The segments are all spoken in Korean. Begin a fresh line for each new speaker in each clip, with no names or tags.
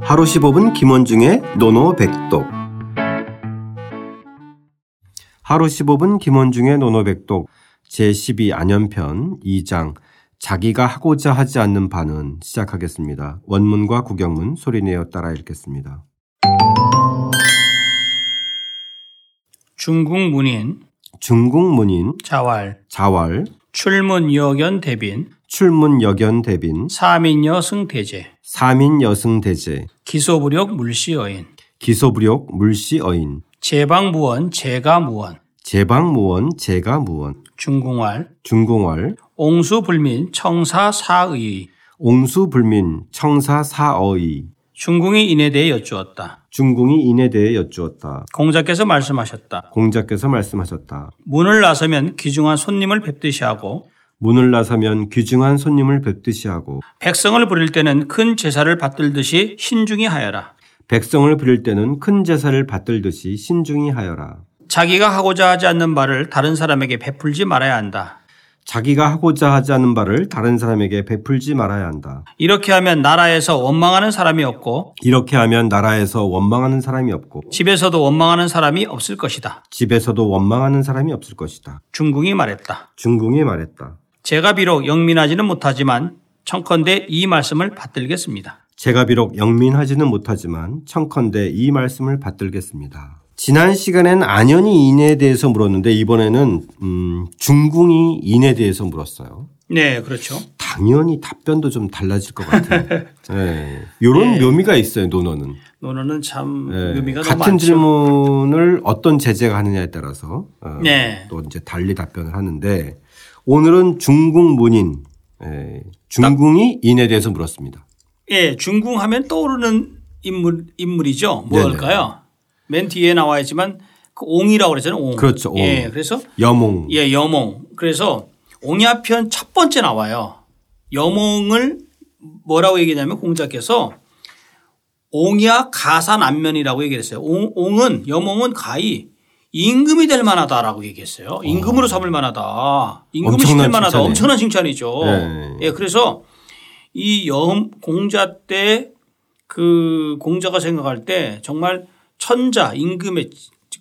하루 15분 김원중의 노노백독 하루 15분 김원중의 노노백독 제12 안연편 2장 자기가 하고자 하지 않는 반은 시작하겠습니다. 원문과 구경문 소리내어 따라 읽겠습니다.
중국 문인
중국 문인
자왈
자왈
출문 여견 대빈
출문 여견 대빈
사민여 승태제
사민 여승 대제
기소부력 물시여인
기소부력 물시어인
제방무원 제가무원
제방무원 제가무원
중궁활
중공월
옹수불민 청사사의
옹수불민 청사사어이
중궁이 인에 대해 여쭈었다.
중궁이 인에 대해 여쭈었다.
공자께서 말씀하셨다.
공자께서 말씀하셨다.
문을 나서면 귀중한 손님을 뵙듯이 하고
문을 나서면 귀중한 손님을 뵙듯이 하고
백성을 부릴 때는 큰 제사를 받들듯이 신중히 하여라.
백성을 부릴 때는 큰 제사를 받들듯이 신중히 하여라.
자기가 하고자 하지 않는 말을 다른 사람에게 베풀지 말아야 한다.
자기가 하고자 하지 않은 바를 다른 사람에게 베풀지 말아야 한다.
이렇게 하면 나라에서 원망하는 사람이 없고
이렇게 하면 나라에서 원망하는 사람이 없고
집에서도 원망하는 사람이 없을 것이다.
집에서도 원망하는 사람이 없을 것이다.
중궁이 말했다.
중궁이 말했다.
제가 비록 영민하지는 못하지만 청컨대 이 말씀을 받들겠습니다.
제가 비록 영민하지는 못하지만 청컨대 이 말씀을 받들겠습니다. 지난 시간엔 안연이 인에 대해서 물었는데 이번에는 음, 중궁이 인에 대해서 물었어요.
네, 그렇죠.
당연히 답변도 좀 달라질 것 같아요. 네. 이런 묘미가 있어요. 논어는
논어는 참
네.
의미가 너무
같은
많죠.
질문을 어떤 제재가 하느냐에 따라서 어,
네.
또 이제 달리 답변을 하는데 오늘은 중궁 문인 예, 중궁이 인에 대해서 물었습니다.
예, 중궁하면 떠오르는 인물 인물이죠.
네,
뭘까요? 맨 뒤에 나와 있지만 그 옹이라고 그랬잖아요. 옹.
그렇죠, 옹.
예, 그래서
여몽
예, 여몽. 그래서 옹야편 첫 번째 나와요. 여몽을 뭐라고 얘기냐면 공자께서 옹야 가사 난면이라고 얘기했어요. 옹, 옹은 여몽은 가히 임금이 될 만하다라고 얘기했어요. 임금으로 삼을 만하다. 임금을
엄청난
시킬 만하다.
칭찬이에요.
엄청난 칭찬이죠.
네.
예, 그래서 이 여, 공자 때 그 공자가 생각할 때 정말 천자 임금의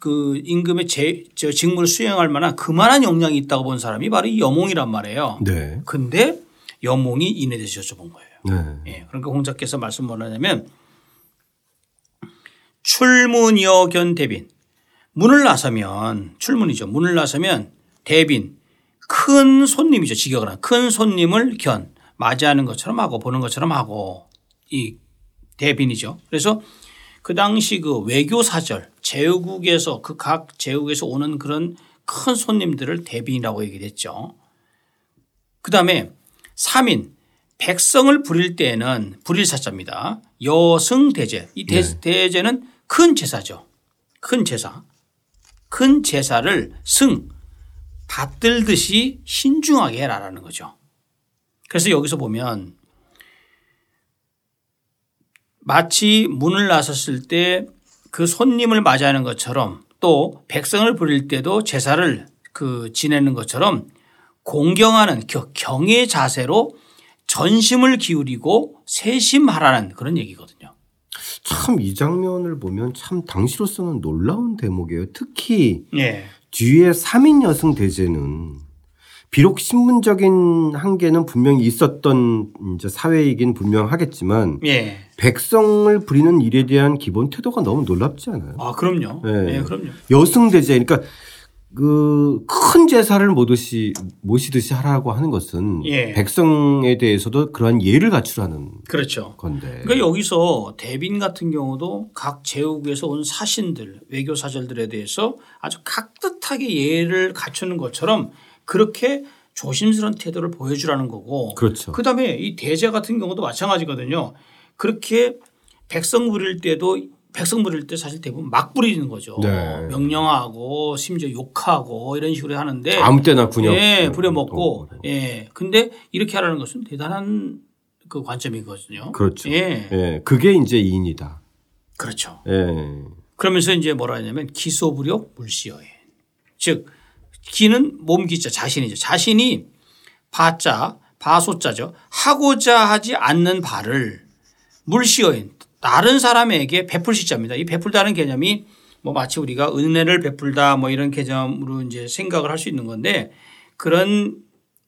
그 임금의 제, 저 직무를 수행할 만한 그만한 역량이 있다고 본 사람이 바로 이 여몽이란 말이에요.
네.
근데 여몽이 인에 대해서 여쭤본 거예요.
네.
예. 그러니까 공자께서 말씀 뭐냐면 출문여견 대빈 문을 나서면 출문이죠. 문을 나서면 대빈 큰 손님이죠. 직역을 한. 큰 손님을 견 맞이하는 것처럼 하고 보는 것처럼 하고 이 대빈이죠. 그래서 그 당시 그 외교 사절 제국에서 그 각 제국에서 오는 그런 큰 손님들을 대빈이라고 얘기를 했죠. 그다음에 3인 백성을 부릴 때에는 부릴 사자입니다. 여승 대제. 이 대, 대제는 큰 제사죠. 큰 제사. 큰 제사를 승 받들듯이 신중하게 해라라는 거죠. 그래서 여기서 보면 마치 문을 나섰을 때 그 손님을 맞이하는 것처럼 또 백성을 부릴 때도 제사를 그 지내는 것처럼 공경하는 겨- 경의 자세로 전심을 기울이고 세심하라는 그런 얘기거든요.
참 이 장면을 보면 참 당시로서는 놀라운 대목이에요. 특히
예.
뒤에 3인 여성 대제는 비록 신분적인 한계는 분명히 있었던 이제 사회이긴 분명하겠지만
예.
백성을 부리는 일에 대한 기본 태도가 너무 놀랍지 않아요?
아, 그럼요.
네.
예, 그럼요.
여승 대제 그러니까 그 큰 제사를 모듯이 모시듯이 하라고 하는 것은
예.
백성에 대해서도 그러한 예를 갖추라는
그렇죠.
건데
그러니까 여기서 대빈 같은 경우도 각 제국에서 온 사신들, 외교 사절들에 대해서 아주 각듯하게 예를 갖추는 것처럼 그렇게 조심스러운 태도를 보여주라는 거고
그렇죠.
그다음에 이 대제 같은 경우도 마찬가지거든요. 그렇게 백성 부릴 때도 백성 부릴 때 사실 대부분 막 부리는 거죠.
네.
명령하고 심지어 욕하고 이런 식으로 하는데
아무 때나 군역 음, 어, 네.
예, 부려먹고 예. 근데 이렇게 하라는 것은 대단한 그 관점이거든요.
그렇죠.
예.
예, 그게 이제 이인이다.
그렇죠.
예.
그러면서 이제 뭐라 하냐면 기소부력 물시여해. 즉 기는 몸기자 자신이죠. 자신이 바자 바소자죠. 하고자 하지 않는 바를 물시여인 다른 사람에게 베풀 시자입니다. 이 베풀다는 개념이 뭐 마치 우리가 은혜를 베풀다 뭐 이런 개념으로 이제 생각을 할 수 있는 건데 그런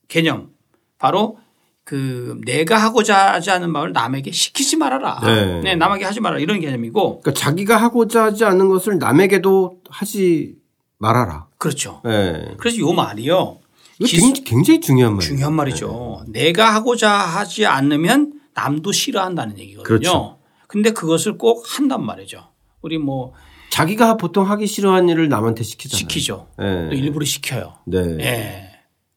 개념 바로 그 내가 하고자 하지 않은 마음을 남에게 시키지 말아라.
네.
네, 남에게 하지 말아라 이런 개념이고
그러니까 자기가 하고자 하지 않은 것을 남에게도 하지 말아라.
그렇죠.
예.
그래서 요 말이요.
이거 네.
기술-
굉장히, 굉장히 중요한 말이에요.
중요한 말이죠.
네.
내가 하고자 하지 않으면 남도 싫어한다는 얘기거든요.
그렇죠.
근데 그것을 꼭 한단 말이죠. 우리 뭐
자기가 보통 하기 싫어하는 일을 남한테 시키잖아요.
시키죠.
예.
또 일부러 시켜요.
네.
예.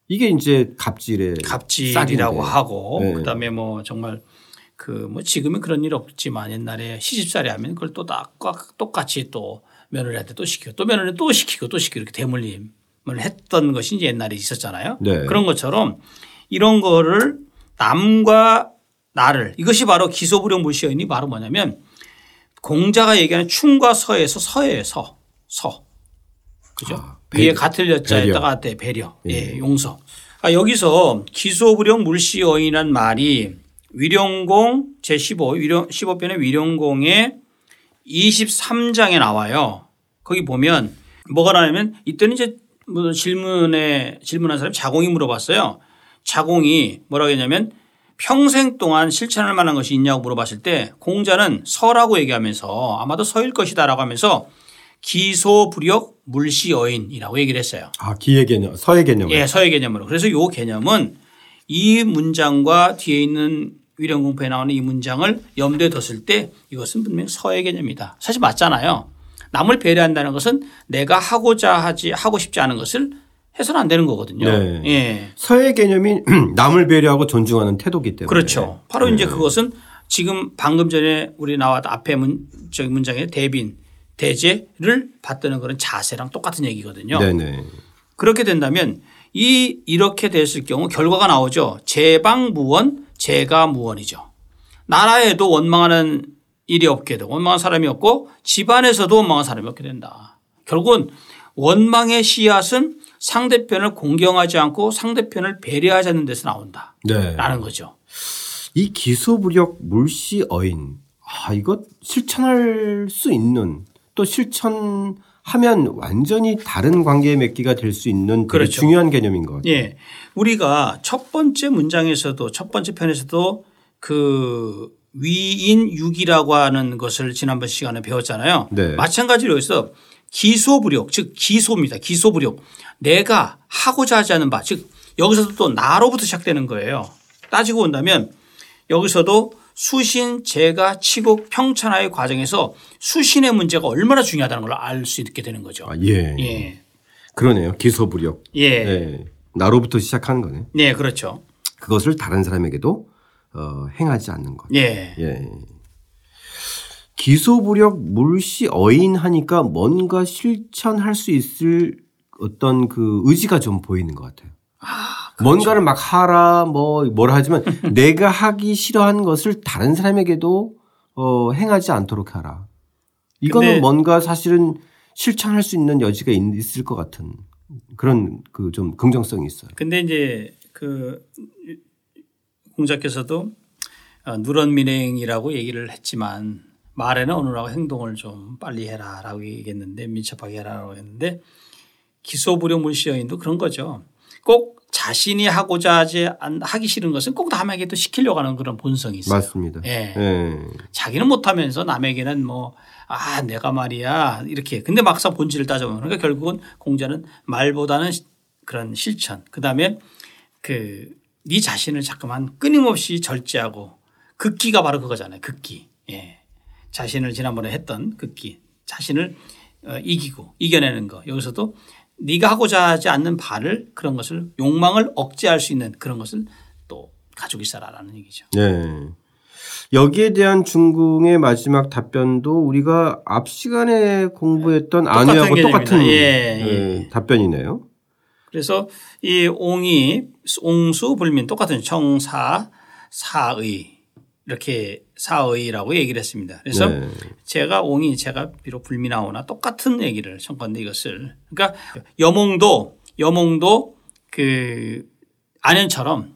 이게 이제 갑질의
갑질이라고
싹인데.
하고
네.
그다음에 뭐 정말 그 뭐 지금은 그런 일 없지만 옛날에 시집살이 하면 그걸 또 다- 똑같이 또 며느리한테 또 시키고 또 며느리한테 또 시키고 또 시키고 이렇게 대물림을 했던 것이 이제 옛날에 있었잖아요.
네.
그런 것처럼 이런 거를 남과 나를 이것이 바로 기소불용 물시어인이 바로 뭐냐면 공자가 얘기하는 충과 서에서 서예요 서. 서. 그죠?
아,
위에 같을 여자에다가 때 배려, 예, 용서. 아, 여기서 기소불용 물시어인이란 말이 위령공 제15 위령 15편의 위령공의 23장에 나와요. 거기 보면 뭐가 나냐면 이때는 이제 뭐 질문에 질문한 사람이 자공이 물어봤어요. 자공이 뭐라고 했냐면 평생 동안 실천할 만한 것이 있냐고 물어봤을 때 공자는 서라고 얘기하면서 아마도 서일 것이다라고 하면서 기소불역 물시여인이라고 얘기를 했어요.
아, 기의 개념, 서의 개념.
예, 서의 개념으로. 그래서 요 개념은 이 문장과 뒤에 있는 위령공포에 나오는 이 문장을 염두에 뒀을 때 이것은 분명 서의 개념이다. 사실 맞잖아요. 남을 배려한다는 것은 내가 하고자 하지 하고 싶지 않은 것을 해서는 안 되는 거거든요.
네.
예.
서의 개념이 남을 배려하고 존중하는 태도기 때문에.
그렇죠. 바로
네.
이제 그것은 지금 방금 전에 우리 나왔던 앞에 문, 저기 문장의 대빈, 대제를 받드는 그런 자세랑 똑같은 얘기거든요.
네네.
그렇게 된다면 이 이렇게 됐을 경우 결과가 나오죠. 재방무원, 재가무원이죠. 나라에도 원망하는 일이 없게 되고 원망한 사람이 없고 집안에서도 원망한 사람이 없게 된다. 결국은 원망의 씨앗은 상대편을 공경하지 않고 상대편을 배려하지 않는 데서 나온다라는
네.
거죠.
이 기소부력 물시 어인. 아, 이거 실천할 수 있는 또 실천하면 완전히 다른 관계의 맺기가 될 수 있는 되게
그렇죠.
중요한 개념인 것 같아요.
예. 우리가 첫 번째 문장에서도 첫 번째 편에서도 그 위인 육이라고 하는 것을 지난번 시간에 배웠잖아요.
네.
마찬가지로 여기서 기소부력 즉 기소입니다. 기소부력 내가 하고자 하지 않은 바 즉 여기서도 또 나로부터 시작되는 거예요. 따지고 본다면 여기서도 수신 제가 치곡 평천하의 과정에서 수신의 문제가 얼마나 중요하다는 걸 알 수 있게 되는 거죠.
아, 예. 네.
예.
그러네요. 기소부력.
예.
나로부터 시작하는 거네.
네, 그렇죠.
그것을 다른 사람에게도 어, 행하지 않는 것.
예.
예. 기소부력 물시 어인 하니까 뭔가 실천할 수 있을 어떤 그 의지가 좀 보이는 것 같아요.
그렇죠.
뭔가를 막 하라 뭐 뭐라 하지만 내가 하기 싫어한 것을 다른 사람에게도 어, 행하지 않도록 하라.
근데-
이거는 뭔가 사실은 실천할 수 있는 여지가 있- 있을 것 같은 그런 그 좀 긍정성이 있어요.
근데 이제 그 공자께서도 어, 누런 민행이라고 얘기를 했지만 말에는 어느라고 행동을 좀 빨리 해라라고 얘기했는데 민첩하게 해라라고 했는데 기소부려 물시여인도 그런 거죠. 꼭 자신이 하고자 하지 않- 하기 싫은 것은 꼭 남에게 또 시키려고 하는 그런 본성이 있어요.
맞습니다.
예.
예.
자기는 못하면서 남에게는 뭐 아 내가 말이야 이렇게 근데 막상 본질을 따져보면 그러니까 결국은 공자는 말보다는 시- 그런 실천 그다음에 그 네 자신을 자꾸만 끊임없이 절제하고 극기가 바로 그거잖아요 극기 예 자신을 지난번에 했던 극기 자신을 어, 이기고 이겨내는 거 여기서도 네가 하고자 하지 않는 바를 그런 것을 욕망을 억제할 수 있는 그런 것을 또 가지고 있어라라는 얘기죠
네. 여기에 대한 중궁의 마지막 답변도 우리가 앞 시간에 공부했던
똑같은
안외하고
개념입니다.
똑같은
예,
예, 답변이네요.
그래서 이 옹이 옹수 불민 똑같은 청사 사의 이렇게 사의라고 얘기를 했습니다. 그래서
네.
제가 옹이 제가 비록 불미나오나 똑같은 얘기를 한 건데 이것을 그러니까 여몽도 여몽도 그 안현처럼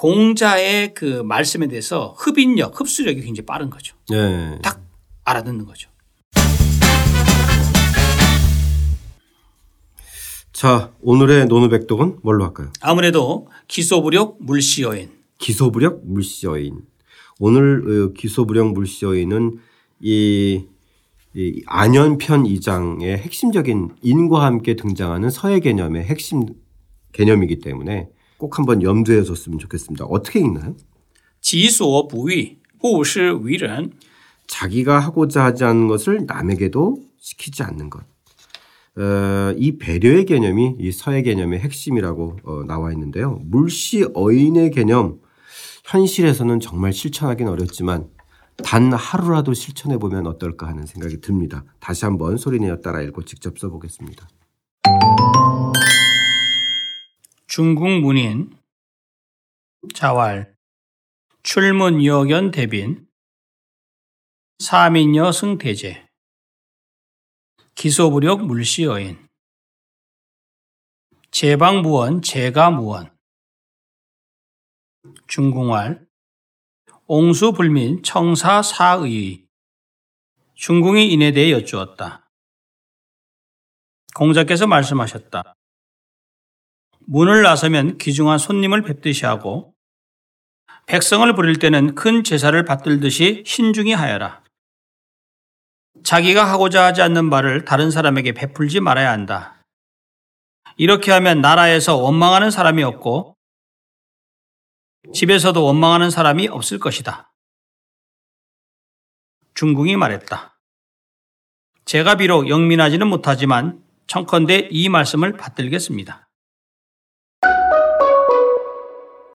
공자의 그 말씀에 대해서 흡인력 흡수력이 굉장히 빠른 거죠.
네.
딱 알아듣는 거죠.
자, 오늘의 노노백독은 뭘로 할까요?
아무래도 기소부력 물시여인
기소부력 물시어인. 오늘 어, 기소부력 물시어인은 이, 이 안연편 2장의 핵심적인 인과 함께 등장하는 서해 개념의 핵심 개념이기 때문에 꼭 한번 염두에 뒀으면 좋겠습니다. 어떻게 읽나요?
지소 부위 후시 위런
자기가 하고자 하지 않는 것을 남에게도 시키지 않는 것. 어, 이 배려의 개념이 이 서의 개념의 핵심이라고 어, 나와 있는데요. 물시 어인의 개념 현실에서는 정말 실천하긴 어렵지만 단 하루라도 실천해 보면 어떨까 하는 생각이 듭니다. 다시 한번 소리내어 따라 읽고 직접 써보겠습니다.
중국 문인 자왈 출문 여견 대빈 사민여 승태제 기소부력 물시여인 제방무원 제가무원 중궁활 옹수불민 청사사의 중궁이 인에 대해 여쭈었다. 공자께서 말씀하셨다. 문을 나서면 귀중한 손님을 뵙듯이 하고 백성을 부릴 때는 큰 제사를 받들듯이 신중히 하여라. 자기가 하고자 하지 않는 말을 다른 사람에게 베풀지 말아야 한다. 이렇게 하면 나라에서 원망하는 사람이 없고 집에서도 원망하는 사람이 없을 것이다. 중궁이 말했다. 제가 비록 영민하지는 못하지만 청컨대 이 말씀을 받들겠습니다.